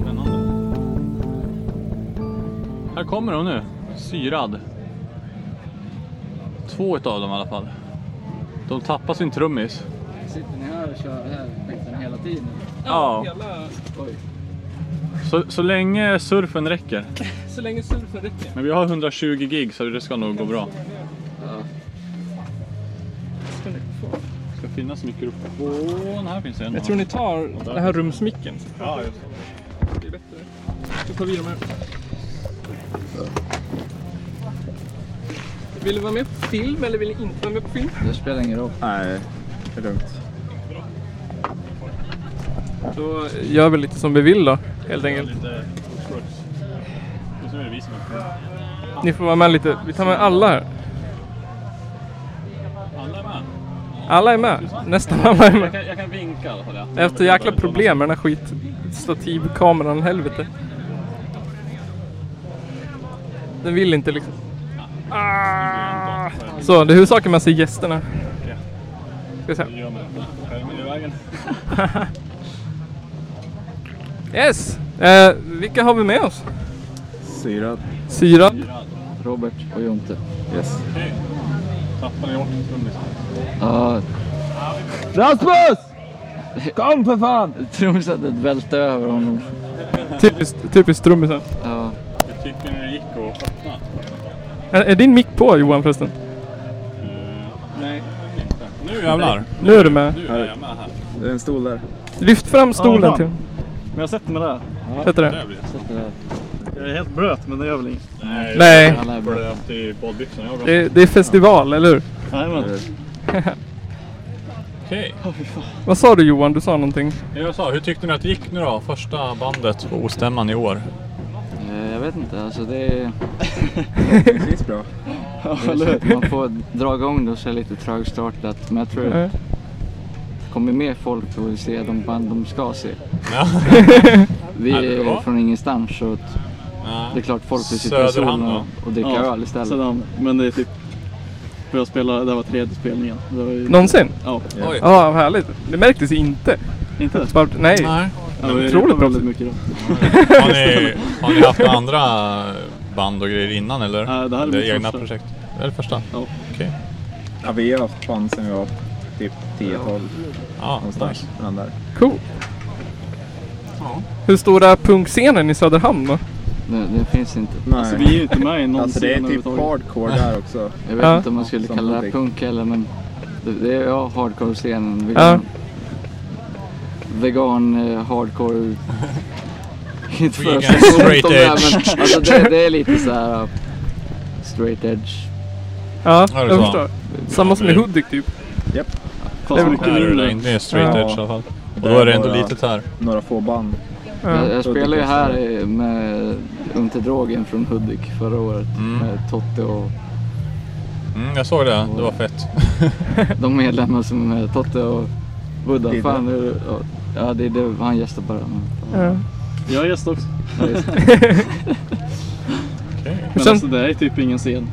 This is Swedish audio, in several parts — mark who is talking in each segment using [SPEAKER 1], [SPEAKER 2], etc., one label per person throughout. [SPEAKER 1] Spännande. Här kommer de nu. Syrad. Två utav dem i alla fall. De tappar sin trummis.
[SPEAKER 2] Sitter ni här och kör här skiten hela tiden?
[SPEAKER 1] Ja.
[SPEAKER 3] Hela,
[SPEAKER 2] Oj.
[SPEAKER 1] Så, så länge surfen räcker.
[SPEAKER 3] så länge surfen räcker.
[SPEAKER 1] Men vi har 120 gig så det ska nog gå bra.
[SPEAKER 2] Ja.
[SPEAKER 3] Ska ni få.
[SPEAKER 1] Det ska finnas mikrofon. Här finns en.
[SPEAKER 3] Jag tror ni tar den här rumsmicken.
[SPEAKER 1] Ja, just
[SPEAKER 3] Det är bättre. Då tar vi de här. Vill du vara med på film eller vill ni inte vara med på film?
[SPEAKER 2] Det spelar ingen roll.
[SPEAKER 4] Nej, det är lugnt.
[SPEAKER 3] Då gör vi lite som vi vill då, helt enkelt.
[SPEAKER 1] Lite obstructs. Och så är det vi som är
[SPEAKER 3] Ni får vara med lite. Vi tar med alla här.
[SPEAKER 1] Alla är med.
[SPEAKER 3] Alla är med. Nästan alla är
[SPEAKER 1] Jag
[SPEAKER 3] med.
[SPEAKER 1] kan, jag kan vinka i alla fall. Ja.
[SPEAKER 3] Efter jäkla problem med den här skitstativkameran, helvete. Den vill inte liksom. Ah! Så, det är huvudsaken man ser gästerna. Ska vi se.
[SPEAKER 1] Det gör man. Skärmen i vägen.
[SPEAKER 3] Yes! Eh, vilka har vi med oss?
[SPEAKER 4] Syrad.
[SPEAKER 3] Syra.
[SPEAKER 2] Robert och Jonte.
[SPEAKER 4] Yes.
[SPEAKER 1] Hej. Tappar ni bort en liksom? trummis?
[SPEAKER 2] Ja,
[SPEAKER 4] Rasmus! Kom för fan!
[SPEAKER 2] trumsetet välte över honom.
[SPEAKER 3] Typiskt, typiskt trummisen.
[SPEAKER 2] Ja.
[SPEAKER 1] Hur tyckte ni det gick att öppna?
[SPEAKER 3] Är, är din mick på Johan förresten?
[SPEAKER 1] Nej, inte. Nu jävlar.
[SPEAKER 3] Nu är du med.
[SPEAKER 1] Nu är jag med här.
[SPEAKER 4] Det är en stol där.
[SPEAKER 3] Lyft fram stolen
[SPEAKER 5] fan.
[SPEAKER 3] till
[SPEAKER 5] Men jag sätter mig där.
[SPEAKER 3] Heter det?
[SPEAKER 1] Där blir det.
[SPEAKER 2] sätt dig där.
[SPEAKER 5] Jag är helt blöt men det gör väl inget.
[SPEAKER 1] Nej.
[SPEAKER 3] Nej.
[SPEAKER 2] Alla är
[SPEAKER 1] Jag
[SPEAKER 2] bra.
[SPEAKER 1] blöt i badbyxorna. Jag
[SPEAKER 3] Det, det är festival, eller hur?
[SPEAKER 5] Jajamän.
[SPEAKER 1] Okej.
[SPEAKER 3] Vad sa du Johan? Du sa någonting.
[SPEAKER 1] Jag sa, hur tyckte ni att det gick nu då? Första bandet på ostämman i år.
[SPEAKER 2] Eh, Jag vet inte, alltså det är...
[SPEAKER 4] Det känns bra.
[SPEAKER 2] det är så att man får dra igång det och så är det lite trögstartat. Men jag tror
[SPEAKER 3] Eh,
[SPEAKER 2] att det kommer mer folk och vill se de band de ska se.
[SPEAKER 1] Ja.
[SPEAKER 2] Vi
[SPEAKER 1] Ja, det är
[SPEAKER 2] är
[SPEAKER 1] bra.
[SPEAKER 2] från ingenstans så att det är klart folk vill sitta i
[SPEAKER 1] Söderhamn,
[SPEAKER 2] solen och, och dricka öl istället.
[SPEAKER 5] Sedan, men det är typ... För jag spelade, det här var tredje spelningen. Det var ju...
[SPEAKER 3] Någonsin?
[SPEAKER 5] Ja,
[SPEAKER 1] Oj.
[SPEAKER 3] Ja, vad härligt. Det märktes inte.
[SPEAKER 5] inte? Ja,
[SPEAKER 3] Bara- Nej.
[SPEAKER 1] Nej.
[SPEAKER 5] det var ju-
[SPEAKER 3] Otroligt
[SPEAKER 5] det var
[SPEAKER 3] bra.
[SPEAKER 5] väldigt mycket då.
[SPEAKER 1] Har ni, har ni haft några andra band och grejer innan eller?
[SPEAKER 5] Nej, det här är
[SPEAKER 1] det
[SPEAKER 5] mitt
[SPEAKER 1] egna
[SPEAKER 5] första.
[SPEAKER 1] projekt? Det är det första?
[SPEAKER 5] Ja.
[SPEAKER 1] Okej.
[SPEAKER 4] Ja, vi har haft band sen vi var typ 10-12
[SPEAKER 1] Ja,
[SPEAKER 4] någonstans.
[SPEAKER 1] nice.
[SPEAKER 4] Bland där.
[SPEAKER 3] Cool. Hur stor är punkscenen i Söderhamn då?
[SPEAKER 2] Det, det finns inte.
[SPEAKER 4] Nej.
[SPEAKER 5] Alltså vi är ju inte med i någon
[SPEAKER 4] Alltså det är
[SPEAKER 5] scen
[SPEAKER 4] typ
[SPEAKER 5] överhuvudtaget.
[SPEAKER 4] hardcore där också.
[SPEAKER 2] Jag vet
[SPEAKER 3] Ja.
[SPEAKER 2] inte om man skulle
[SPEAKER 4] Som
[SPEAKER 2] kalla det
[SPEAKER 4] någonting.
[SPEAKER 2] punk heller men det, det är ja, hardcore-scenen.
[SPEAKER 3] Ja.
[SPEAKER 2] Vegan, vegan eh, hardcore. Inte för att
[SPEAKER 1] Vegan,
[SPEAKER 2] säga något
[SPEAKER 1] straight
[SPEAKER 2] om det här,
[SPEAKER 1] edge.
[SPEAKER 2] men Alltså det, det är lite så här uh, straight edge.
[SPEAKER 3] Ja,
[SPEAKER 1] Ja, det är
[SPEAKER 3] jag
[SPEAKER 1] så.
[SPEAKER 3] förstår. Samma som i Hudik typ.
[SPEAKER 5] Fast mycket
[SPEAKER 1] Här är det,
[SPEAKER 5] mindre.
[SPEAKER 1] det är straight
[SPEAKER 3] Ja.
[SPEAKER 1] edge i alla fall. Och då är det ändå
[SPEAKER 4] Några-
[SPEAKER 1] litet här.
[SPEAKER 4] Några få band.
[SPEAKER 2] Jag,
[SPEAKER 3] Ja.
[SPEAKER 2] jag spelade ju här eh, med Unter Drogen från Hudik förra året
[SPEAKER 1] Mm.
[SPEAKER 2] med Totte och
[SPEAKER 1] Mm, jag såg det, det var fett.
[SPEAKER 2] de medlemmar som är Totte och Buddha.
[SPEAKER 4] Didde.
[SPEAKER 2] Fan, nu, ja, det är det, han gästar bara. men-
[SPEAKER 3] Ja.
[SPEAKER 5] Jag är gäst också.
[SPEAKER 2] Ja, just det.
[SPEAKER 1] Okej.
[SPEAKER 5] Men
[SPEAKER 3] Sen-
[SPEAKER 5] alltså det är typ ingen scen.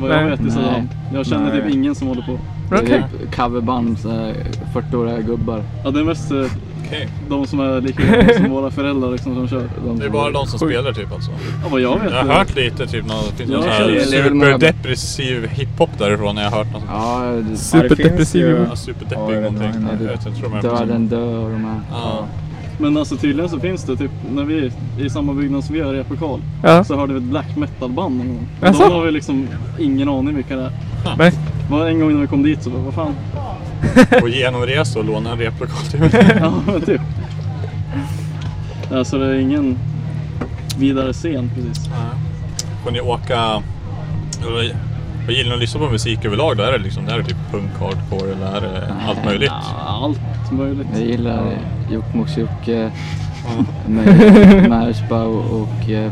[SPEAKER 5] Vad
[SPEAKER 3] Nej.
[SPEAKER 5] jag vet i Söderhamn. Jag känner
[SPEAKER 4] Nej.
[SPEAKER 5] typ ingen som håller på.
[SPEAKER 2] Det är
[SPEAKER 3] Okej.
[SPEAKER 2] typ coverband, så här 40-åriga gubbar.
[SPEAKER 5] Ja, det är mest eh,
[SPEAKER 1] Okej.
[SPEAKER 5] de som är lika gamla som våra föräldrar liksom, som kör.
[SPEAKER 1] Det är bara de som
[SPEAKER 3] Sjukt.
[SPEAKER 1] spelar typ alltså.
[SPEAKER 5] Ja, vad jag vet.
[SPEAKER 1] Jag
[SPEAKER 5] eh,
[SPEAKER 1] har hört lite typ någon, det finns
[SPEAKER 5] Ja,
[SPEAKER 1] någon sån
[SPEAKER 5] det
[SPEAKER 1] här
[SPEAKER 5] är
[SPEAKER 2] väl många-
[SPEAKER 1] superdepressiv hiphop därifrån när jag har hört något.
[SPEAKER 2] Ja, det-
[SPEAKER 4] Ja, det finns
[SPEAKER 3] Superdepressiv.
[SPEAKER 4] ju-
[SPEAKER 1] Ja,
[SPEAKER 4] Ja, det
[SPEAKER 1] Superdeppig
[SPEAKER 4] är
[SPEAKER 1] någonting.
[SPEAKER 4] bra.
[SPEAKER 1] Jag vet inte, jag tror de är på sin-
[SPEAKER 2] Döden dö och de här.
[SPEAKER 1] Ja.
[SPEAKER 5] Men alltså tydligen så finns det typ, när vi är i samma byggnad som vi är i replokal,
[SPEAKER 3] Ja.
[SPEAKER 5] så hörde vi ett black metal band någon gång. Och
[SPEAKER 3] Jaså?
[SPEAKER 5] De har vi liksom ingen aning vilka det är.
[SPEAKER 3] Nej.
[SPEAKER 5] Var en gång när vi kom dit så bara, vad fan?
[SPEAKER 1] Och genomresa och låna en replokal till
[SPEAKER 5] Ja men typ. Alltså det är ingen vidare scen precis.
[SPEAKER 1] Får ni åka... eller, Vad gillar ni att lyssna på musik överlag då? Är det liksom det här är typ punk, hardcore eller är det allt möjligt?
[SPEAKER 5] Allt
[SPEAKER 2] Jag
[SPEAKER 5] möjligt.
[SPEAKER 2] gillar Jokkmokks-Jocke med Märspa och, och eh,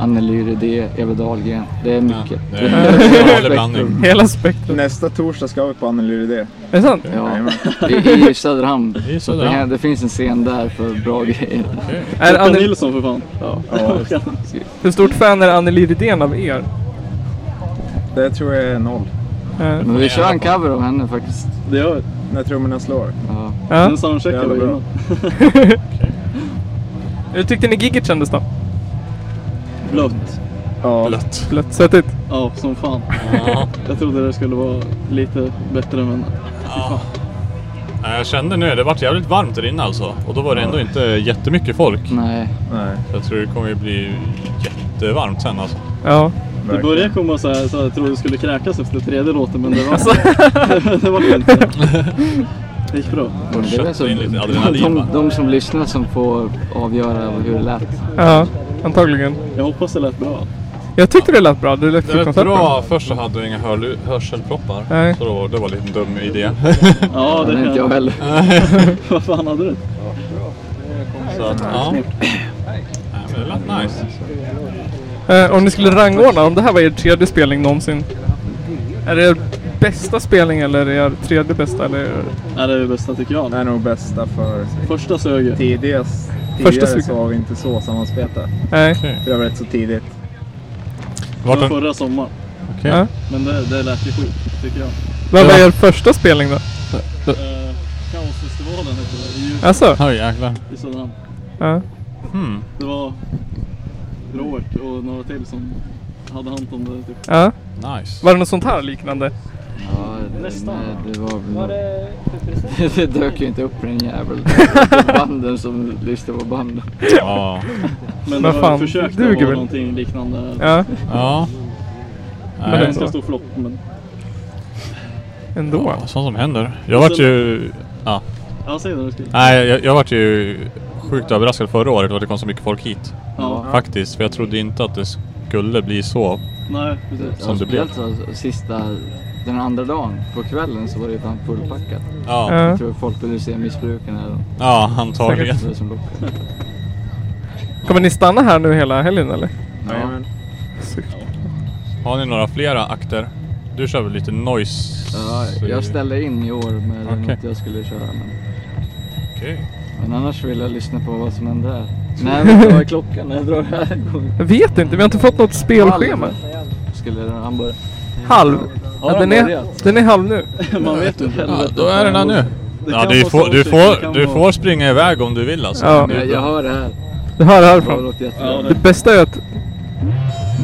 [SPEAKER 2] Anneli Rydé, Eva Dahlgren. Det är mycket.
[SPEAKER 1] Det är en salig blandning.
[SPEAKER 3] Hela spektrat.
[SPEAKER 4] Nästa torsdag ska vi på Anneli Rydé.
[SPEAKER 3] Är det sant?
[SPEAKER 2] Ja,
[SPEAKER 4] Jajamän.
[SPEAKER 2] i, i Söderhamn.
[SPEAKER 1] Det är
[SPEAKER 2] Så det, här,
[SPEAKER 1] sådär.
[SPEAKER 2] det finns en scen där för bra grejer.
[SPEAKER 3] Är
[SPEAKER 5] Håkan
[SPEAKER 3] Anneli,
[SPEAKER 5] Nilsson för fan.
[SPEAKER 4] Ja,
[SPEAKER 3] hur stort fan är Anneli Rydén av er?
[SPEAKER 4] Det tror jag är noll.
[SPEAKER 3] Ja.
[SPEAKER 2] Men vi kör en cover av henne faktiskt.
[SPEAKER 5] Det gör vi.
[SPEAKER 4] När trummorna slår.
[SPEAKER 2] Ja.
[SPEAKER 3] Ja.
[SPEAKER 5] Den soundcheckar
[SPEAKER 4] Jävla
[SPEAKER 5] vi
[SPEAKER 4] bra.
[SPEAKER 5] innan.
[SPEAKER 3] Hur tyckte ni gigget kändes då?
[SPEAKER 5] Blött.
[SPEAKER 4] Ja,
[SPEAKER 1] Blött.
[SPEAKER 3] Blött, svettigt?
[SPEAKER 5] Ja, som fan.
[SPEAKER 1] Ja.
[SPEAKER 5] Jag trodde det skulle vara lite bättre men...
[SPEAKER 1] Nej, Jag kände nu, det vart jävligt varmt där inne alltså. Och då var det ändå inte jättemycket folk.
[SPEAKER 2] Nej.
[SPEAKER 4] nej.
[SPEAKER 1] Jag tror det kommer ju bli jättevarmt sen alltså.
[SPEAKER 3] Ja.
[SPEAKER 5] Det
[SPEAKER 4] verkligen.
[SPEAKER 5] började komma så här, så här jag trodde det skulle kräkas efter tredje låten men det var... det var det inte. Det gick bra.
[SPEAKER 2] Men det är väl så,
[SPEAKER 1] Köpte in lite adrenalin, va?
[SPEAKER 2] de, de som lyssnar som får avgöra hur det lät.
[SPEAKER 3] Ja, antagligen.
[SPEAKER 5] Jag hoppas det lät bra.
[SPEAKER 3] Jag tyckte det lät bra. Det lät
[SPEAKER 1] Det
[SPEAKER 3] för
[SPEAKER 1] lät bra. Först så hade jag inga hörlu- hörselproppar.
[SPEAKER 3] Nej.
[SPEAKER 1] Så då, det var en liten dum idé.
[SPEAKER 5] Ja,
[SPEAKER 2] Det
[SPEAKER 5] det
[SPEAKER 2] är inte jag heller.
[SPEAKER 5] Vad fan hade du?
[SPEAKER 1] Så att, ja. Nej, men det lät nice.
[SPEAKER 3] Eh, om ni skulle rangordna, om det här var er tredje spelning någonsin. Är det er bästa spelning eller är er tredje bästa? Eller er...
[SPEAKER 5] Nej, det är det bästa tycker
[SPEAKER 4] Det
[SPEAKER 5] jag.
[SPEAKER 4] är nog bästa för
[SPEAKER 5] Första sög.
[SPEAKER 4] tidigast.
[SPEAKER 3] Första
[SPEAKER 4] Tidigare så
[SPEAKER 3] cykeln.
[SPEAKER 4] var vi inte så sammanspelta.
[SPEAKER 3] Nej.
[SPEAKER 4] Det var rätt så tidigt.
[SPEAKER 1] Vart
[SPEAKER 5] Det var
[SPEAKER 1] den?
[SPEAKER 5] förra sommaren.
[SPEAKER 1] Okej.
[SPEAKER 3] Ja.
[SPEAKER 5] Men det, det lät ju sjukt tycker jag.
[SPEAKER 3] Vad var er första spelning då?
[SPEAKER 5] Eh, Kaosfestivalen hette det i, Djur-
[SPEAKER 3] Alltså,
[SPEAKER 1] Oj jäklar.
[SPEAKER 5] i Söderhamn.
[SPEAKER 3] ja.
[SPEAKER 1] Hmm.
[SPEAKER 5] Det var Robert och några till som hade hand om det. Typ.
[SPEAKER 3] ja.
[SPEAKER 1] Nice.
[SPEAKER 3] Var det något sånt här liknande?
[SPEAKER 2] Ja, det,
[SPEAKER 5] Nästan.
[SPEAKER 2] nej, det var väl... det, dök ju inte upp en jävel. Banden som lyssnar på banden.
[SPEAKER 1] Ja.
[SPEAKER 5] Men
[SPEAKER 3] Vad
[SPEAKER 5] det var
[SPEAKER 3] fan,
[SPEAKER 5] försök
[SPEAKER 3] duger
[SPEAKER 5] det var
[SPEAKER 3] väl?
[SPEAKER 5] någonting liknande.
[SPEAKER 3] Ja,
[SPEAKER 1] Ja.
[SPEAKER 5] Det var en
[SPEAKER 1] Nej,
[SPEAKER 5] ganska stor flopp men
[SPEAKER 3] ändå.
[SPEAKER 1] sånt som händer. Jag vart ju... Ja.
[SPEAKER 5] jag säger det du skulle.
[SPEAKER 1] Nej, jag, jag vart ju sjukt överraskad förra året att det kom så mycket folk hit.
[SPEAKER 5] Ja,
[SPEAKER 1] Faktiskt, för jag trodde inte att det skulle bli så.
[SPEAKER 5] nej precis.
[SPEAKER 1] Som det blev.
[SPEAKER 2] Speciellt så- Alltså, sista, den andra dagen på kvällen så var det ju fan fullpackat.
[SPEAKER 1] Ja,
[SPEAKER 3] Ja.
[SPEAKER 2] Jag tror folk ville se missbrukarna eller
[SPEAKER 1] ja antagligen.
[SPEAKER 2] vad som lockade.
[SPEAKER 3] Kommer ni stanna här nu hela helgen eller?
[SPEAKER 2] Ja.
[SPEAKER 1] Har ni några flera akter? Du kör väl lite noise?
[SPEAKER 2] Ja, jag ställde in i år med
[SPEAKER 1] Okej.
[SPEAKER 2] något jag skulle köra. Men,
[SPEAKER 1] Okej.
[SPEAKER 2] men annars vill jag lyssna på vad som händer här. Nej, men vad är klockan när jag drar det här igång?
[SPEAKER 3] Jag vet inte, vi har inte fått något spelschema.
[SPEAKER 2] Skulle han börja?
[SPEAKER 3] Halv.
[SPEAKER 2] Har
[SPEAKER 3] Ja,
[SPEAKER 2] de
[SPEAKER 3] den, är,
[SPEAKER 2] börjat?
[SPEAKER 3] den är halv nu.
[SPEAKER 5] Man vet ju inte
[SPEAKER 1] Ja,
[SPEAKER 5] helvete.
[SPEAKER 1] då är den här nu.
[SPEAKER 5] Det
[SPEAKER 1] Ja,
[SPEAKER 5] kan
[SPEAKER 1] du
[SPEAKER 5] vara
[SPEAKER 1] får, du,
[SPEAKER 5] soundcheck, det
[SPEAKER 1] får,
[SPEAKER 5] kan
[SPEAKER 1] du
[SPEAKER 5] vara-
[SPEAKER 1] får springa iväg om du vill alltså.
[SPEAKER 3] Ja.
[SPEAKER 1] Det är
[SPEAKER 2] Jag,
[SPEAKER 1] bra.
[SPEAKER 2] jag hör det här.
[SPEAKER 3] Du hör
[SPEAKER 2] Det
[SPEAKER 3] härifrån.
[SPEAKER 2] låter jättebra.
[SPEAKER 5] Ja,
[SPEAKER 2] Ja,
[SPEAKER 5] det,
[SPEAKER 3] Det bästa är att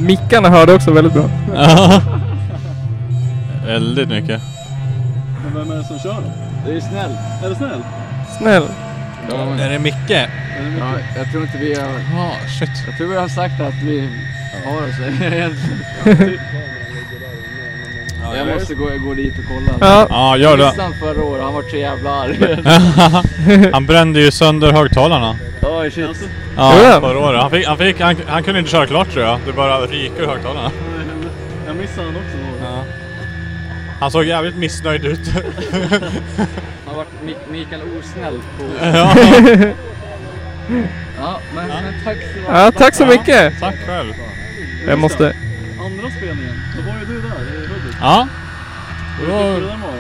[SPEAKER 3] mickarna hörde också väldigt bra.
[SPEAKER 1] Väldigt mycket.
[SPEAKER 5] men vem är det som kör då?
[SPEAKER 2] det är snällt.
[SPEAKER 5] Är det snäll?
[SPEAKER 3] Snäll.
[SPEAKER 1] Är det Micke?
[SPEAKER 2] Ja, jag tror inte vi har...
[SPEAKER 1] Ja, shit.
[SPEAKER 2] Jag tror vi har sagt att vi har oss egentligen. Jag måste gå, gå dit och kolla.
[SPEAKER 3] Ja,
[SPEAKER 1] Ja, gör det.
[SPEAKER 2] Tristan förra året, han var så jävla arg.
[SPEAKER 1] Han brände ju sönder högtalarna.
[SPEAKER 2] Oj shit.
[SPEAKER 5] Alltså,
[SPEAKER 3] Tror
[SPEAKER 1] Ja,
[SPEAKER 3] jag.
[SPEAKER 1] förra året. Han, fick, han, fick, han, han kunde inte köra klart tror jag. Det bara ryker ur högtalarna.
[SPEAKER 5] jag missade han också. då.
[SPEAKER 1] Han såg jävligt missnöjd ut.
[SPEAKER 2] Han har varit Mi- Mikael Osnäll på...
[SPEAKER 1] ja.
[SPEAKER 2] Ja, men, men tack så mycket.
[SPEAKER 3] ja tack så mycket.
[SPEAKER 1] Tack själv.
[SPEAKER 3] Jag måste...
[SPEAKER 5] Andra spelningen, då var ju du där i Hudik.
[SPEAKER 1] Ja.
[SPEAKER 5] Hur tyckte du den var?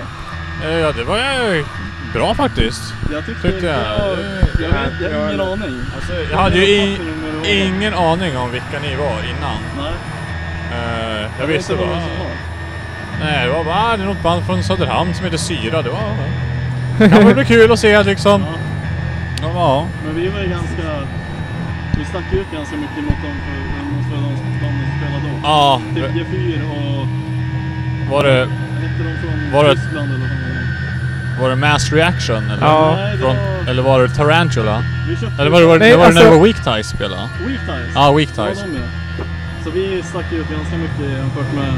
[SPEAKER 5] då?
[SPEAKER 1] Eh, Ja, det var ju bra faktiskt.
[SPEAKER 5] Jag tyckte...
[SPEAKER 1] Tyckte jag.
[SPEAKER 5] Jag, jag, vet, jag har ingen aning.
[SPEAKER 1] Alltså, jag hade ju i, ingen aning om vilka ni var innan.
[SPEAKER 5] Nej,
[SPEAKER 1] Eh, jag
[SPEAKER 5] jag vet
[SPEAKER 1] visste
[SPEAKER 5] inte
[SPEAKER 1] bara...
[SPEAKER 5] vad som var.
[SPEAKER 1] Nej, det var bara ah, det är något band från Söderhamn som heter Syra. Det var... Kanske bli kul att se liksom. Ja. ja.
[SPEAKER 5] Men vi var ju ganska... Vi stack ut ganska mycket mot dem för, mot för de som de som spelade då.
[SPEAKER 1] Ja,
[SPEAKER 5] Typ G4 och...
[SPEAKER 1] var det,
[SPEAKER 5] Hette de från
[SPEAKER 1] Var det-
[SPEAKER 5] Tyskland eller vad det var?
[SPEAKER 1] var det Mass Reaction eller?
[SPEAKER 3] Ja.
[SPEAKER 5] Nej, det
[SPEAKER 1] Från,
[SPEAKER 5] var...
[SPEAKER 1] eller var det Tarantula?
[SPEAKER 5] Vi köpte
[SPEAKER 1] Eller var det, var det,
[SPEAKER 3] Nej,
[SPEAKER 1] var det
[SPEAKER 3] alltså-
[SPEAKER 1] när Weak Ties spelade?
[SPEAKER 5] Weak Ties.
[SPEAKER 1] Ja, Weak
[SPEAKER 5] Var
[SPEAKER 1] Ties.
[SPEAKER 5] de med? Så vi stack ut ganska mycket jämfört med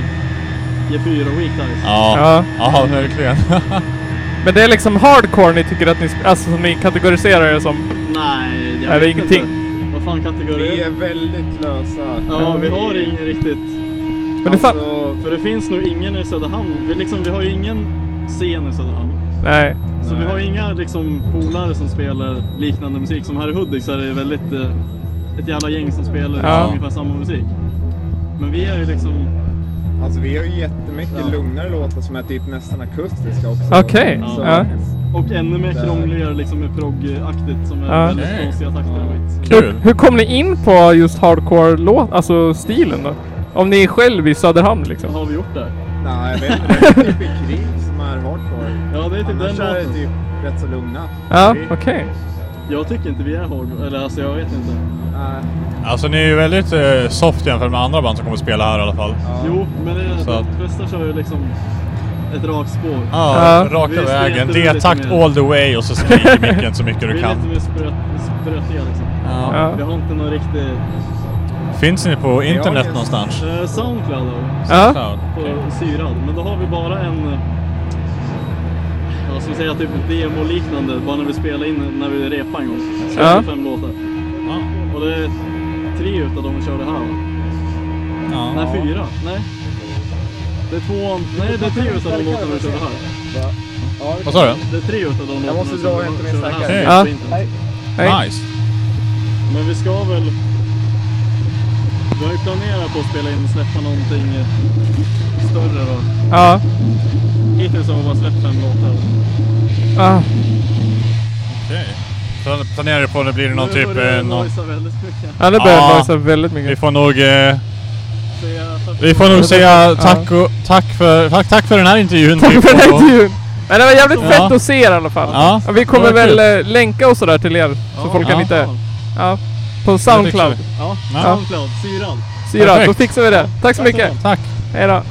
[SPEAKER 5] G4 och Weak Ties.
[SPEAKER 1] Ja,
[SPEAKER 3] Ja.
[SPEAKER 1] ja verkligen.
[SPEAKER 3] Men det är liksom hardcore ni tycker att ni... sp- Alltså som ni kategoriserar er som.
[SPEAKER 5] Nej,
[SPEAKER 3] Nej,
[SPEAKER 5] jag
[SPEAKER 3] det är
[SPEAKER 5] vet
[SPEAKER 3] ingenting.
[SPEAKER 5] Inte. Vad fan
[SPEAKER 4] Vi är
[SPEAKER 5] kategori?
[SPEAKER 4] väldigt lösa.
[SPEAKER 5] Ja, vi har ingen riktigt.
[SPEAKER 3] Men det fan...
[SPEAKER 4] Alltså,
[SPEAKER 5] För det finns nog ingen i Söderhamn. Vi, liksom, vi har ju ingen scen i Söderhamn.
[SPEAKER 3] Nej.
[SPEAKER 5] Så vi har inga liksom, polare som spelar liknande musik. Som här i Hudik så är det väldigt eh, ett jävla gäng som spelar
[SPEAKER 3] Ja.
[SPEAKER 5] ungefär samma musik. Men vi är ju liksom...
[SPEAKER 4] Alltså vi har ju jättemycket
[SPEAKER 5] Ja.
[SPEAKER 4] lugnare låtar som är typ nästan akustiska också.
[SPEAKER 3] Okej,
[SPEAKER 4] Så-
[SPEAKER 3] ja.
[SPEAKER 5] Och ännu mer krångligare liksom med progg-aktigt som är
[SPEAKER 3] Ja.
[SPEAKER 5] väldigt
[SPEAKER 1] Okej.
[SPEAKER 5] konstiga takter och skit.
[SPEAKER 1] Kul.
[SPEAKER 3] Hur kom ni in på just hardcore-låt, alltså stilen då? Om ni är själv i Söderhamn liksom.
[SPEAKER 5] Vad har vi gjort där?
[SPEAKER 4] Nej, jag vet inte. Det är typ i krig som är hardcore.
[SPEAKER 5] Ja, det är typ den
[SPEAKER 4] Annars är det
[SPEAKER 5] låten.
[SPEAKER 4] typ rätt så lugna.
[SPEAKER 3] Ja,
[SPEAKER 4] Vi-
[SPEAKER 3] okej.
[SPEAKER 5] Jag tycker inte vi är hardcore, eller alltså jag vet inte.
[SPEAKER 4] Nej,
[SPEAKER 1] Alltså ni är ju väldigt eh, soft jämfört med andra band som kommer att spela här i alla fall.
[SPEAKER 4] ja.
[SPEAKER 5] Jo, men det är
[SPEAKER 1] Så att- Ah,
[SPEAKER 5] att Västra kör ju liksom ett rakt spår.
[SPEAKER 1] Ja,
[SPEAKER 3] Ja.
[SPEAKER 1] raka
[SPEAKER 5] Vi ska
[SPEAKER 1] vägen.
[SPEAKER 5] inte
[SPEAKER 1] D-takt
[SPEAKER 5] lite mer.
[SPEAKER 1] all the way och så skrik i micken så mycket
[SPEAKER 5] Vi
[SPEAKER 1] du
[SPEAKER 5] är lite
[SPEAKER 1] kan.
[SPEAKER 5] mer spröt- sprötiga liksom.
[SPEAKER 1] Ja.
[SPEAKER 5] Vi
[SPEAKER 3] Ja.
[SPEAKER 5] har inte någon riktig...
[SPEAKER 1] Finns ni på internet
[SPEAKER 4] Ja,
[SPEAKER 1] någonstans?
[SPEAKER 5] Eh, Soundcloud har vi.
[SPEAKER 3] Ja.
[SPEAKER 1] Ja.
[SPEAKER 5] på
[SPEAKER 1] okej.
[SPEAKER 5] syrad. Men då har vi bara en, eh, ja ska vi säga typ demo-liknande, bara när vi spelar in när vi repar en gång. Så
[SPEAKER 3] Ja.
[SPEAKER 5] ja. fem låtar.
[SPEAKER 1] Ja.
[SPEAKER 5] Och det är tre utav dem vi körde här va?
[SPEAKER 1] Ja.
[SPEAKER 5] Nej, fyra. Nej. Det är två, nej det är tre utav de låtarna vi körde här.
[SPEAKER 1] Vad sa du?
[SPEAKER 5] Det är tre utav de låtarna
[SPEAKER 4] måste
[SPEAKER 5] som
[SPEAKER 4] dra och
[SPEAKER 5] vi
[SPEAKER 4] hämta min
[SPEAKER 5] körde
[SPEAKER 4] stackare.
[SPEAKER 5] här.
[SPEAKER 3] Ja.
[SPEAKER 5] Inte.
[SPEAKER 3] Nej.
[SPEAKER 1] Nice.
[SPEAKER 5] Men vi ska väl, vi har ju planerat på att spela in och släppa någonting eh, större då.
[SPEAKER 3] Ja.
[SPEAKER 5] Hittills har vi bara släppt fem låtar.
[SPEAKER 3] ja.
[SPEAKER 1] Okej. Plan- Planerar du på det? Blir det någon
[SPEAKER 5] Nu
[SPEAKER 1] typ...
[SPEAKER 5] börjar det
[SPEAKER 1] Eh, någon...
[SPEAKER 5] noisa väldigt mycket.
[SPEAKER 3] Ja, det börjar
[SPEAKER 1] Ja.
[SPEAKER 3] noisa väldigt
[SPEAKER 1] Vi
[SPEAKER 3] mycket.
[SPEAKER 1] får nog... Eh...
[SPEAKER 5] Säga tack.
[SPEAKER 1] Vi får nog säga tack, och, tack, för, tack, tack för den här intervjun.
[SPEAKER 3] Tack
[SPEAKER 1] typ,
[SPEAKER 3] för den här
[SPEAKER 1] och-
[SPEAKER 3] intervjun! Men det var jävligt
[SPEAKER 1] Ja.
[SPEAKER 3] fett att se er i alla fall.
[SPEAKER 1] Ja.
[SPEAKER 3] vi kommer
[SPEAKER 1] Det var
[SPEAKER 3] väl
[SPEAKER 1] kul.
[SPEAKER 3] eh, länka och sådär till er. så
[SPEAKER 5] Ja,
[SPEAKER 3] folk kan
[SPEAKER 1] ja.
[SPEAKER 3] hitta er. Ja. På
[SPEAKER 1] Det fixar
[SPEAKER 3] Soundcloud.
[SPEAKER 1] vi.
[SPEAKER 5] Ja,
[SPEAKER 1] Ja.
[SPEAKER 5] Soundcloud, syran.
[SPEAKER 3] Syra, då
[SPEAKER 1] Perfekt.
[SPEAKER 3] fixar vi det. Tack så
[SPEAKER 5] Tack
[SPEAKER 3] mycket.
[SPEAKER 5] så
[SPEAKER 1] Tack.
[SPEAKER 3] Hej då.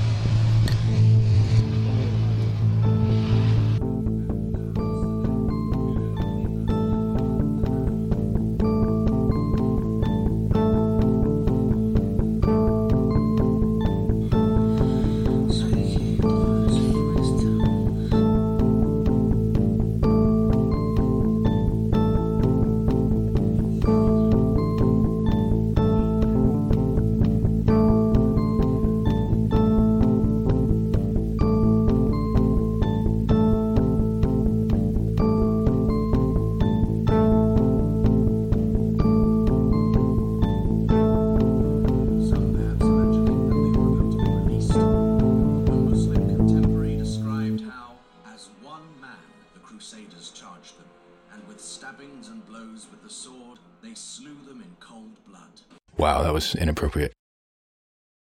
[SPEAKER 6] Some maps magically that they were about to be released. A Muslim contemporary described how, as one man, the Crusaders charged them, and with stabbings and blows with the sword, they slew them in cold blood.
[SPEAKER 7] Wow, that was inappropriate.